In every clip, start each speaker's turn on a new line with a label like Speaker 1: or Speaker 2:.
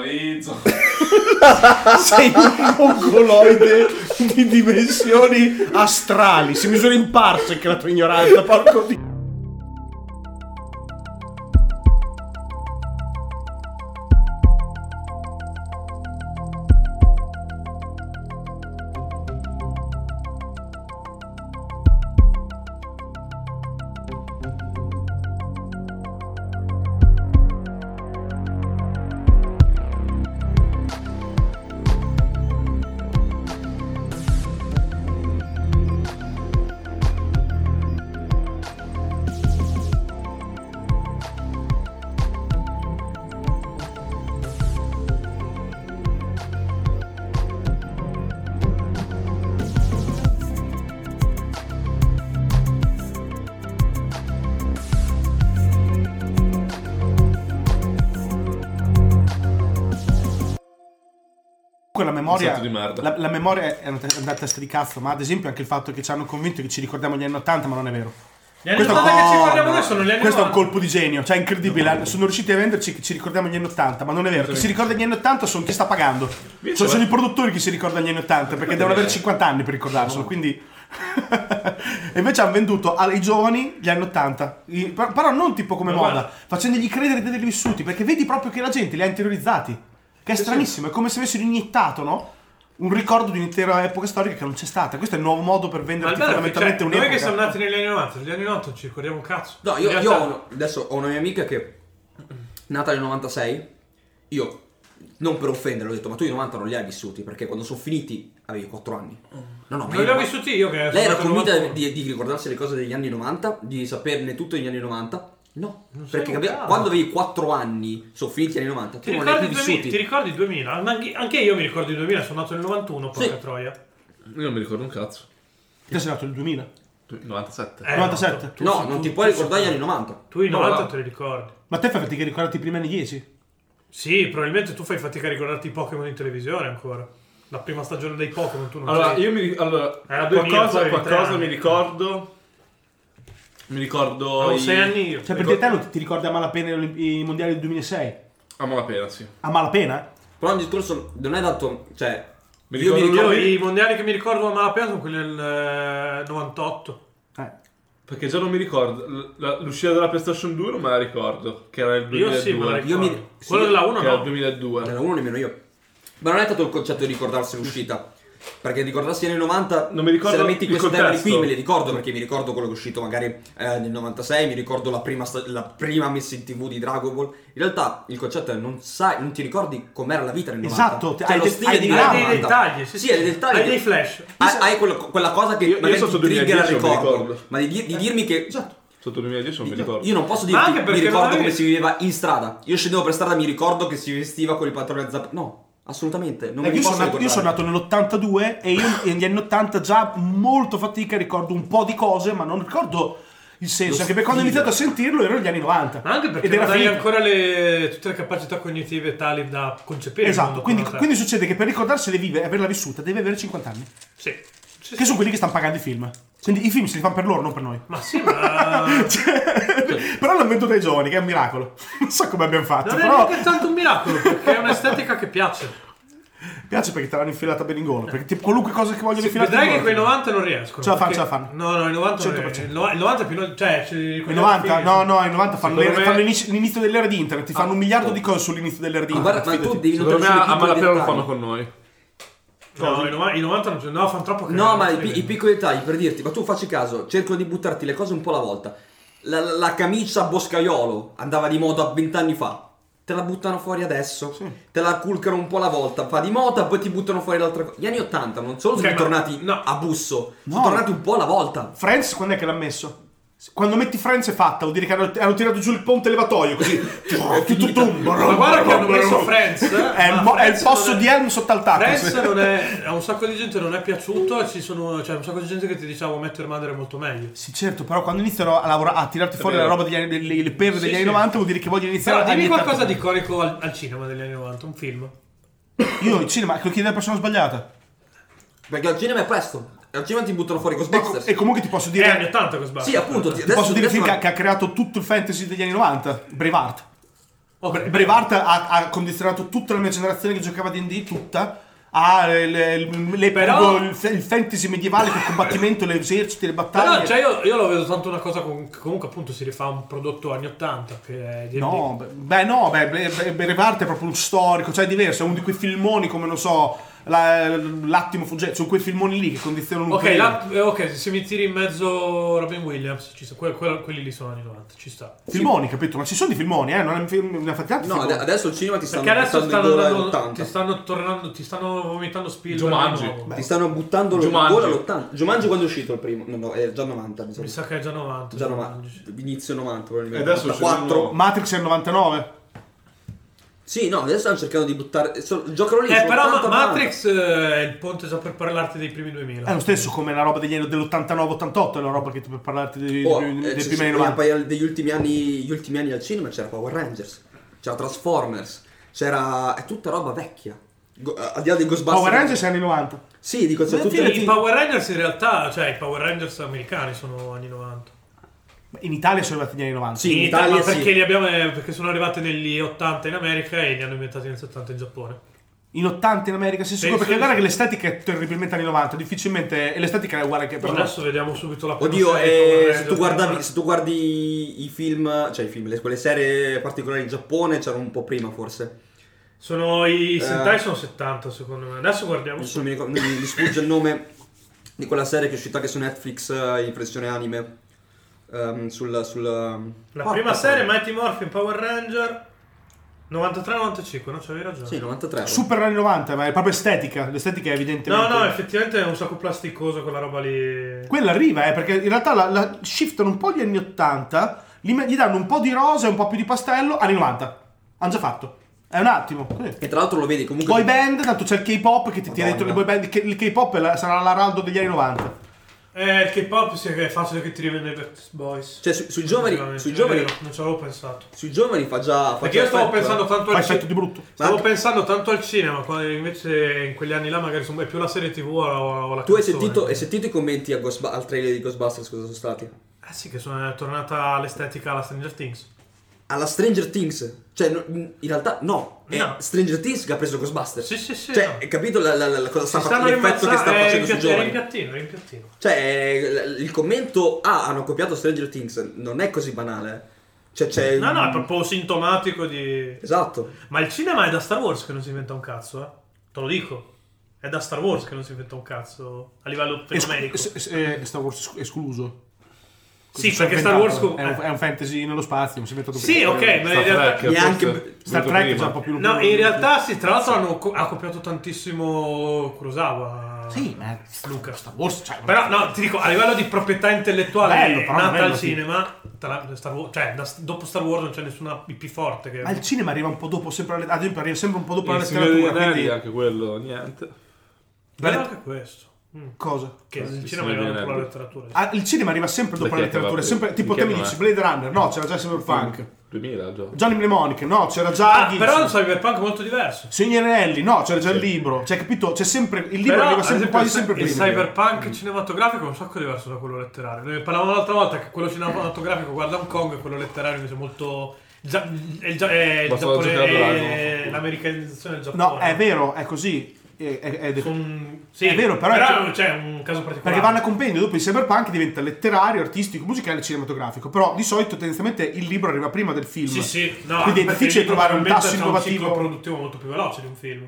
Speaker 1: realizzo.
Speaker 2: Sei un mongoloide di dimensioni astrali. Si misura in parsec la tua ignoranza, porco di... Comunque la memoria,
Speaker 1: Un sacco di merda.
Speaker 2: la, la memoria è andata- è andata a testa di cazzo, ma ad esempio anche il fatto che ci hanno convinto che ci ricordiamo gli anni 80, ma non è vero.
Speaker 3: Gli anni 80 che ci parliamo noi sono gli anni
Speaker 2: Questo è un
Speaker 3: 90.
Speaker 2: colpo di genio, cioè è incredibile. Sono riusciti a venderci che ci ricordiamo gli anni 80, ma non è vero. Chi si ricorda gli anni 80 sono chi sta pagando. Cioè,
Speaker 3: eh.
Speaker 2: sono i produttori che si ricordano gli anni 80 perché devono avere 50 anni per ricordarselo. Quindi. e invece hanno venduto ai giovani gli anni 80, I- per- però non tipo come
Speaker 3: Ma
Speaker 2: moda,
Speaker 3: guarda.
Speaker 2: facendogli credere di averli vissuti perché vedi proprio che la gente li ha interiorizzati. Che è stranissimo, è come se avessero iniettato, no? Un ricordo di un'intera epoca storica che non c'è stata. Questo è il nuovo modo per
Speaker 3: Ma il
Speaker 2: venderti
Speaker 3: bello è che, cioè,
Speaker 2: fondamentalmente
Speaker 3: noi
Speaker 2: un'epoca.
Speaker 3: che siamo nati negli anni 90, negli anni 90 non ci ricordiamo un cazzo.
Speaker 4: No,
Speaker 3: In
Speaker 4: io, io
Speaker 3: realtà-
Speaker 4: ho un- adesso ho una mia amica che è nata nel 96. Io, non per offendere, ho detto, ma tu i 90 non li hai vissuti perché quando sono finiti avevi 4 anni. No, no, ma
Speaker 3: Non
Speaker 4: io-
Speaker 3: li ho vissuti io che sono
Speaker 4: Lei era
Speaker 3: nato nel
Speaker 4: convinta
Speaker 3: 91.
Speaker 4: di, di ricordarsi le cose degli anni 90, di saperne tutto degli anni 90. No,
Speaker 3: Non sei
Speaker 4: perché
Speaker 3: un
Speaker 4: capi-
Speaker 3: cavolo.
Speaker 4: quando avevi 4 anni, sono finiti gli anni 90, tu
Speaker 3: Ti
Speaker 4: non li hai
Speaker 3: ricordi,
Speaker 4: più
Speaker 3: il 2000, ti
Speaker 4: vissuti.
Speaker 3: ricordi il 2000? Ma anche- Anche io mi ricordo il 2000, sono nato nel 91, porca
Speaker 4: Sì.
Speaker 3: troia. Eh,
Speaker 1: Io non mi ricordo un cazzo.
Speaker 2: Te sei nato nel 2000.
Speaker 1: Tu- 97.
Speaker 3: Eh,
Speaker 2: 97.
Speaker 3: no, tu-
Speaker 4: No, non ti puoi ricordare gli anni 90.
Speaker 3: Tu i
Speaker 1: No,
Speaker 3: 90
Speaker 1: no.
Speaker 3: te li ricordi.
Speaker 2: Ma te fai fatica a ricordarti i primi anni 10?
Speaker 3: Sì, probabilmente tu fai fatica a ricordarti i Pokémon in televisione ancora. La prima stagione dei Pokémon tu non
Speaker 1: Allora,
Speaker 3: sei.
Speaker 1: io mi ri- allora,
Speaker 3: Era 2000,
Speaker 1: qualcosa,
Speaker 3: poi
Speaker 1: qualcosa
Speaker 3: vent'anni.
Speaker 1: mi ricordo. Mi ricordo.
Speaker 3: Avevo
Speaker 1: i-
Speaker 3: sei anni io.
Speaker 2: Cioè, per te non ti- ti ricordi a malapena i Olimp- i mondiali del 2006?
Speaker 1: A malapena, sì.
Speaker 2: A malapena?
Speaker 4: Però il discorso non è dato, cioè...
Speaker 1: Mi
Speaker 4: io mi
Speaker 1: ricordo-
Speaker 3: Io
Speaker 4: ricordo...
Speaker 3: i mondiali che mi ricordo a malapena sono quelli del eh, 98.
Speaker 2: Eh.
Speaker 1: Perché già non mi ricordo. l- la- l'uscita della PlayStation 2 non me la ricordo. Che era il
Speaker 3: Io
Speaker 1: 2002.
Speaker 3: sì, me la ricordo.
Speaker 4: Io mi-
Speaker 3: Quello
Speaker 4: sì,
Speaker 3: della 1
Speaker 1: Che era il
Speaker 3: no.
Speaker 1: 2002.
Speaker 4: Era uno nemmeno io. Ma non è tanto il concetto di ricordarsi l'uscita. Perché ricordarsi nel 90,
Speaker 1: Non mi ricordo
Speaker 4: se la metti in
Speaker 1: il
Speaker 4: questo termine
Speaker 1: contesto.
Speaker 4: qui, me li ricordo perché mi ricordo quello che è uscito magari eh, nel 96, mi ricordo la prima, sta- la prima messa in tv di Dragon Ball. In realtà il concetto è non sai, non ti ricordi com'era la vita nel 90.
Speaker 2: Esatto,
Speaker 4: cioè,
Speaker 2: hai
Speaker 4: lo
Speaker 2: de-
Speaker 4: stile
Speaker 2: hai
Speaker 4: di
Speaker 2: dei
Speaker 4: vita
Speaker 3: Hai
Speaker 4: nel
Speaker 3: dei
Speaker 4: 90.
Speaker 3: dettagli, sì,
Speaker 4: sì,
Speaker 3: sì.
Speaker 4: hai dei dettagli.
Speaker 3: Hai
Speaker 4: che-
Speaker 3: dei flash.
Speaker 4: Hai, hai quello- quella cosa che
Speaker 1: Io- io
Speaker 4: magari
Speaker 1: sotto
Speaker 4: ti trigger il
Speaker 1: 2010 non mi
Speaker 4: ricordo,
Speaker 1: ricordo.
Speaker 4: ma di, di- di dirmi che
Speaker 2: Esatto.
Speaker 1: Sotto il 2010 non mi ricordo.
Speaker 4: io non posso
Speaker 3: Ma
Speaker 4: dirti
Speaker 3: anche
Speaker 4: mi
Speaker 3: perché
Speaker 4: ricordo
Speaker 3: magari-
Speaker 4: come si viveva in strada. Io scendevo per strada mi ricordo che si vestiva con i pantaloni a zappe. No, assolutamente. Non
Speaker 2: Eh,
Speaker 4: mi
Speaker 2: io,
Speaker 4: posso
Speaker 2: sono nato, io sono
Speaker 4: ricordare.
Speaker 2: nato nell'82 e io negli anni 80 già molto fatica ricordo un po' di cose, ma non ricordo il senso.
Speaker 4: Lo
Speaker 2: Anche perché quando ho
Speaker 4: stile.
Speaker 2: iniziato a sentirlo ero negli anni 90.
Speaker 3: Ma anche perché
Speaker 2: Ed era
Speaker 3: non hai
Speaker 2: finito.
Speaker 3: ancora le- tutte le capacità cognitive tali da concepire. il
Speaker 2: Esatto,
Speaker 3: mondo
Speaker 2: quindi,
Speaker 3: come te.
Speaker 2: quindi succede che per ricordarsele vive e averla vissuta deve avere 50 anni.
Speaker 3: Sì. Sì,
Speaker 2: Che
Speaker 3: sì.
Speaker 2: sono quelli che stanno pagando i film. Quindi i film se li fanno per loro, non per noi.
Speaker 3: Ma sì, ma...
Speaker 2: Cioè, però l'hanno venduto ai giovani, che è un miracolo. Non so come abbiamo fatto.
Speaker 3: Non è
Speaker 2: però
Speaker 3: neanche tanto un miracolo, perché è un'estetica che piace.
Speaker 2: piace perché te l'hanno infilata bene in gola. Perché tipo, qualunque cosa che vogliono infilare.
Speaker 3: Vedrai che
Speaker 2: in
Speaker 3: quei
Speaker 2: gola.
Speaker 3: 90 non riescono.
Speaker 2: Ce la fanno,
Speaker 3: perché-
Speaker 2: ce la fanno.
Speaker 3: No, no, i 90 non
Speaker 2: 100%.
Speaker 3: riescono. Il no- il 90 più... no- Cioè, ci
Speaker 2: I 90, no,
Speaker 3: ricordiamo
Speaker 2: no, i 90 fanno,
Speaker 1: Secondo
Speaker 2: l'era-
Speaker 1: me-
Speaker 2: fanno l'inizio, l'inizio dell'era di internet, ti fanno
Speaker 3: Ah,
Speaker 2: un
Speaker 3: oh.
Speaker 2: miliardo di cose sull'inizio dell'era di
Speaker 4: Ma
Speaker 2: internet.
Speaker 4: guarda, ma tu
Speaker 2: fidati.
Speaker 4: devi
Speaker 1: Secondo
Speaker 4: notare
Speaker 1: me
Speaker 4: solo i
Speaker 1: a a
Speaker 4: piccoli
Speaker 1: malapena lo
Speaker 4: dettagli.
Speaker 1: fanno con noi.
Speaker 3: film. No, i 90 i 90 non... No, fanno troppo
Speaker 4: No,
Speaker 3: cagare,
Speaker 4: ma i,
Speaker 3: non
Speaker 4: pi-
Speaker 3: si
Speaker 4: i
Speaker 3: vede.
Speaker 4: piccoli dettagli per dirti, ma tu facci caso, cerco di buttarti le cose un po' alla volta. La, la- la camicia a boscaiolo andava di moda vent'anni fa. Te la buttano fuori adesso, te la culcano un po' alla volta, fa di moda, poi ti buttano fuori l'altra cosa. Gli anni 80 non solo
Speaker 3: Ok,
Speaker 4: sono
Speaker 3: ma-
Speaker 4: tornati
Speaker 3: no.
Speaker 4: a busso,
Speaker 2: No.
Speaker 4: sono tornati un po' alla volta.
Speaker 2: Friends, quando è che l'ha messo? Quando metti Friends è fatta, vuol dire che hanno, hanno tirato giù il ponte elevatoio così. tutto tumbo.
Speaker 3: Ma guarda che hanno messo Friends.
Speaker 2: È, il
Speaker 3: ma
Speaker 2: mo- è il
Speaker 3: Friends
Speaker 2: posto
Speaker 3: non è-
Speaker 2: di Elm sotto al tacco.
Speaker 3: Friends
Speaker 2: sì.
Speaker 3: non è. A un sacco di gente non è piaciuto. Ci sono. Cioè, un sacco di gente che ti diceva Metter Mother è molto meglio.
Speaker 2: Sì, certo, però quando iniziano a, lavora- a tirarti fuori la
Speaker 1: vero.
Speaker 2: roba degli anni, delle, le perle
Speaker 3: Sì,
Speaker 2: degli anni
Speaker 3: sì.
Speaker 2: 90 vuol dire che vogliono iniziare
Speaker 3: Però
Speaker 2: a
Speaker 3: dimmi
Speaker 2: iniettarti.
Speaker 3: qualcosa di iconico al, al cinema degli anni 90, un film.
Speaker 2: Io il cinema, che lo chiede alla persona sbagliata.
Speaker 4: Perché al cinema è questo. Al cinema ti buttano fuori
Speaker 2: E, co-
Speaker 4: Ghostbusters.
Speaker 2: e comunque ti posso
Speaker 3: È anni
Speaker 2: dire...
Speaker 3: 80 che sbaglio.
Speaker 4: sì, appunto. ti-
Speaker 2: Ti posso
Speaker 4: adesso-
Speaker 2: dire
Speaker 4: adesso
Speaker 2: che,
Speaker 4: non-
Speaker 2: che ha creato tutto il fantasy degli anni 90, Braveheart.
Speaker 3: Ok.
Speaker 2: Bre- Brevard ha, ha condizionato tutta la mia generazione che giocava a D&D, tutta. Ha eh, le- le- le-
Speaker 3: Però-
Speaker 2: il, il fantasy medievale con il combattimento, le eserciti, le battaglie.
Speaker 3: Però cioè, io, io lo vedo tanto una cosa con- che comunque appunto si rifà un prodotto anni 80 che è D&D.
Speaker 2: No, beh, beh, no, beh, Bre- Bre- Brevard è proprio un storico, cioè è diverso, è uno di quei filmoni come, non so, la- l'attimo fuggente, sono quei filmoni lì che condizionano un
Speaker 3: Ok,
Speaker 2: periodo.
Speaker 3: la- eh, ok, se mi tiri in mezzo Robin Williams, ci sta, que- quello- quelli lì sono anni 90, ci sta.
Speaker 2: Filmoni, capito? Ma ci sono di filmoni, eh? Non ne ne ha fatti tanti
Speaker 4: No,
Speaker 2: filmoni.
Speaker 4: ade- adesso il cinema ti stanno
Speaker 3: Perché adesso
Speaker 4: buttando
Speaker 3: stanno,
Speaker 4: in gola
Speaker 3: andando-
Speaker 4: l'80.
Speaker 3: ti stanno tornando, ti stanno vomitando Spielberg.
Speaker 1: Jumanji.
Speaker 3: di nuovo.
Speaker 4: Ti stanno buttando in
Speaker 1: Jumanji.
Speaker 4: gola l'80. Jumanji quando è uscito il primo? No, no, è già 90. Mi sa.
Speaker 3: Mi sa che è già 90.
Speaker 4: Già 90.
Speaker 3: Jumanji.
Speaker 4: Inizio 90
Speaker 1: E
Speaker 4: probabilmente.
Speaker 1: adesso c'è il
Speaker 4: 84.
Speaker 1: nuovo.
Speaker 2: Matrix è il 99.
Speaker 4: Sì, no, adesso stanno cercando di buttare. so- giocano lì.
Speaker 3: Eh,
Speaker 4: sono
Speaker 3: però
Speaker 4: 80,
Speaker 3: Ma-
Speaker 4: 90.
Speaker 3: Matrix eh, è il ponte già per parlarti dei primi 2000.
Speaker 2: È lo stesso come la roba degli anni dell'89-88, è la roba che per parlarti dei,
Speaker 4: Oh,
Speaker 2: dei-
Speaker 4: eh,
Speaker 2: dei
Speaker 4: se-
Speaker 2: primi anni
Speaker 4: se-
Speaker 2: 90.
Speaker 4: poi Degli ultimi anni, gli ultimi anni al cinema c'era Power Rangers, c'era Transformers, c'era. è tutta roba vecchia. Go- al di là dei Ghostbusters.
Speaker 2: Power Rangers è anni 90.
Speaker 4: Sì, dico, c'è
Speaker 2: Beh,
Speaker 4: tutto
Speaker 2: fine-
Speaker 4: il
Speaker 3: I Power Rangers in realtà, cioè i Power Rangers americani sono anni 90.
Speaker 2: Ma In Italia sono arrivati negli anni 90.
Speaker 4: Sì, in
Speaker 3: In Italia,
Speaker 4: Italia
Speaker 3: ma perché,
Speaker 4: sì.
Speaker 3: li abbiamo, eh, perché sono arrivati negli 80 in America e li hanno inventati negli 70 in Giappone.
Speaker 2: In 80 in America, sì, sicuro.
Speaker 3: Penso
Speaker 2: Perché
Speaker 3: di
Speaker 2: guarda
Speaker 3: sì.
Speaker 2: che l'estetica è terribilmente anni 90. Difficilmente. E l'estetica è uguale che per
Speaker 3: Adesso vediamo subito la prima
Speaker 4: Oddio,
Speaker 3: serie di Power
Speaker 4: eh, se,
Speaker 3: Rangers.
Speaker 4: tu guardavi- se tu guardi i film, cioè i film, le- quelle serie particolari in Giappone c'erano un po' prima forse.
Speaker 3: Sono i
Speaker 4: Eh.
Speaker 3: Sentai sono 70 secondo me. Adesso guardiamo
Speaker 4: Adesso
Speaker 3: su.
Speaker 4: non mi, ricordo- mi- mi sfugge il nome di quella serie che è uscita anche su Netflix eh, in versione anime. Ehm, sul, sul,
Speaker 3: La prima serie Mighty Morphin Power Ranger 93-95, no? C'avevi ragione.
Speaker 4: Sì, 93.
Speaker 2: Super anni 90, ma è proprio estetica. L'estetica è
Speaker 3: no,
Speaker 2: evidentemente.
Speaker 3: no, effettivamente è un sacco plasticoso quella roba lì.
Speaker 2: Quella arriva, eh, perché in realtà la, la shiftano un po' gli anni 80. Gli, gli danno un po' di rosa e un po' più di pastello. Anni 90. Hanno già fatto. È un attimo. così.
Speaker 4: E tra l'altro lo vedi comunque.
Speaker 2: Boy band, tanto c'è il K-pop che ti tira dentro le boy
Speaker 4: Madonna.
Speaker 2: band. che- Il K-pop è la- sarà l'araldo degli anni 90.
Speaker 3: Eh, il K-pop sì che è facile che ti rivende i Backstreet Boys.
Speaker 4: Cioè, su- sui giovani-
Speaker 3: Sicuramente,
Speaker 4: sui giovani-
Speaker 3: è vero, non ci avevo pensato.
Speaker 4: Sui giovani fa già. Fa
Speaker 3: Perché
Speaker 4: già
Speaker 3: io stavo
Speaker 4: effetto,
Speaker 3: pensando
Speaker 4: eh.
Speaker 3: tanto
Speaker 2: Fa
Speaker 3: al
Speaker 2: effetto di
Speaker 3: cinema.
Speaker 2: brutto.
Speaker 3: Stavo
Speaker 4: Ma-
Speaker 3: pensando tanto al cinema, quando invece in quegli anni là magari sono- è più la serie TV o la, o la
Speaker 4: Tu hai
Speaker 3: canzone.
Speaker 4: sentito, hai sentito i commenti a Ghostb- al trailer di Ghostbusters cosa sono stati?
Speaker 3: Eh sì, che sono è tornata l'estetica alla Stranger Things.
Speaker 4: Alla Stranger Things. Cioè, no- in realtà no. È
Speaker 3: No.
Speaker 4: Stranger Things che ha preso Ghostbusters.
Speaker 3: Sì, sì, sì.
Speaker 4: cioè,
Speaker 3: no.
Speaker 4: hai capito la, la- la- cosa
Speaker 3: Si
Speaker 4: sta
Speaker 3: stanno
Speaker 4: facendo, l'effetto che sta
Speaker 3: rimbalzando- eh,
Speaker 4: facendo sui
Speaker 3: rimpiattino,
Speaker 4: giovani?
Speaker 3: rimpiattino, rimpiattino.
Speaker 4: Cioè, l- il commento ah, hanno copiato Stranger Things non è così banale. Cioè, c'è
Speaker 3: No, no, è proprio sintomatico di...
Speaker 4: Esatto.
Speaker 3: Ma il cinema è da Star Wars che non si inventa un cazzo, eh. Te lo dico. È da Star Wars che non si inventa un cazzo a livello fenomenico.
Speaker 2: Es- es- eh, Star Wars es- escluso.
Speaker 3: Sì,
Speaker 2: Si è
Speaker 3: perché Star
Speaker 2: inventato.
Speaker 3: Wars com-
Speaker 2: è, un,
Speaker 3: eh.
Speaker 2: è un fantasy nello spazio, mi si è inventato
Speaker 3: Sì,
Speaker 2: prima.
Speaker 3: ok, ma in realtà...
Speaker 1: Trek,
Speaker 4: neanche-
Speaker 1: forse,
Speaker 2: Star
Speaker 1: venuto
Speaker 2: Trek è
Speaker 1: prima.
Speaker 2: già un po' più
Speaker 3: No, in realtà sì, tra l'altro hanno co- ha copiato tantissimo Kurosawa.
Speaker 2: Sì, ma
Speaker 3: Luca.
Speaker 2: Star Wars, cioè,
Speaker 3: Però no, ti dico, a livello di proprietà intellettuale
Speaker 2: Bello, però
Speaker 3: nata
Speaker 2: bello,
Speaker 3: al
Speaker 2: sì.
Speaker 3: cinema, tra- Star Wars- cioè da- dopo Star Wars non c'è nessuna IP forte che...
Speaker 2: ma il cinema arriva un po' dopo, sempre alle- ad esempio arriva sempre un po' dopo la
Speaker 1: Il Signore degli
Speaker 2: letteratura,
Speaker 1: Anelli,
Speaker 2: quindi
Speaker 1: anche quello, niente.
Speaker 3: Bello anche questo. Mm.
Speaker 2: cosa?
Speaker 3: Che il
Speaker 1: Sì,
Speaker 3: cinema
Speaker 1: sì,
Speaker 3: era
Speaker 1: sì.
Speaker 3: dopo la letteratura.
Speaker 2: Ah, il cinema arriva sempre dopo
Speaker 1: Perché
Speaker 2: la letteratura,
Speaker 1: aveva-
Speaker 3: eh,
Speaker 2: sempre, tipo te mi
Speaker 1: perché
Speaker 2: dici
Speaker 1: non
Speaker 2: Blade Runner, no, c'era già Cyberpunk.
Speaker 1: 2000 già.
Speaker 2: Johnny Mnemonic, no, c'era
Speaker 3: Mm. Ah,
Speaker 2: già Gibson.
Speaker 3: però il cyberpunk è molto diverso.
Speaker 2: Signor Anelli, no, c'era già il libro. Cioè, capito? C'è sempre il libro
Speaker 3: Però,
Speaker 2: arriva
Speaker 3: ad
Speaker 2: sempre,
Speaker 3: esempio,
Speaker 2: quasi
Speaker 3: il-
Speaker 2: sempre
Speaker 3: il
Speaker 2: prima.
Speaker 3: cyberpunk cinematografico è un sacco diverso da quello letterario. Ne parlavamo l'altra volta che quello cinematografico guarda Hong Kong e quello letterario invece è molto. gia- è il, gia- è il
Speaker 1: Ma sono
Speaker 3: Giappone,
Speaker 1: giocato là,
Speaker 3: è
Speaker 1: no?
Speaker 3: l'americanizzazione del Giappone.
Speaker 2: No, è vero, è così. È, è- è-
Speaker 3: Son- sì,
Speaker 2: È vero, però è che-
Speaker 3: c'è un caso particolare.
Speaker 2: Perché vanno a compendio, dopo il cyberpunk diventa letterario, artistico, musicale e cinematografico. Però di solito tendenzialmente il libro arriva prima del film.
Speaker 3: Sì, sì, no,
Speaker 2: Quindi è
Speaker 3: perché
Speaker 2: difficile
Speaker 3: lì
Speaker 2: trovare un
Speaker 3: probabilmente
Speaker 2: tasso
Speaker 3: c'è
Speaker 2: innovativo.
Speaker 3: Un ciclo produttivo molto più veloce di un film.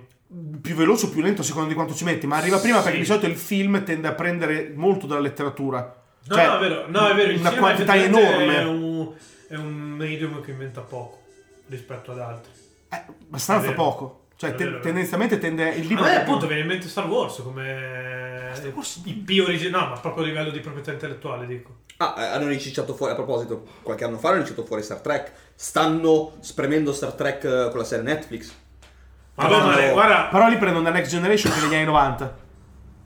Speaker 2: Più veloce o più lento a seconda di quanto ci metti, ma arriva prima
Speaker 3: Sì.
Speaker 2: perché di solito il film tende a prendere molto dalla letteratura.
Speaker 3: No,
Speaker 2: Cioè,
Speaker 3: no, è vero, no, è vero. il
Speaker 2: Una
Speaker 3: cinema
Speaker 2: quantità
Speaker 3: effettivamente
Speaker 2: enorme.
Speaker 3: È un, è un medium che inventa poco rispetto ad altri.
Speaker 2: Eh, abbastanza
Speaker 3: È vero.
Speaker 2: poco. Cioè,
Speaker 3: È
Speaker 2: te-
Speaker 3: vero, è vero.
Speaker 2: tendenzialmente tende il
Speaker 3: A
Speaker 2: libro.
Speaker 3: me
Speaker 2: è
Speaker 3: appunto viene in mente Star Wars come
Speaker 2: Star Wars di-
Speaker 3: IP originale, no, ma proprio a livello di proprietà intellettuale, dico.
Speaker 4: Ah, eh, hanno ricicciato fuori, a proposito, qualche anno fa hanno ricicciato fuori Star Trek. Stanno spremendo Star Trek eh, con la serie Netflix.
Speaker 3: Vabbè, ma
Speaker 4: Però-
Speaker 3: guarda,
Speaker 2: Però li prendono da Next Generation che è degli anni 90.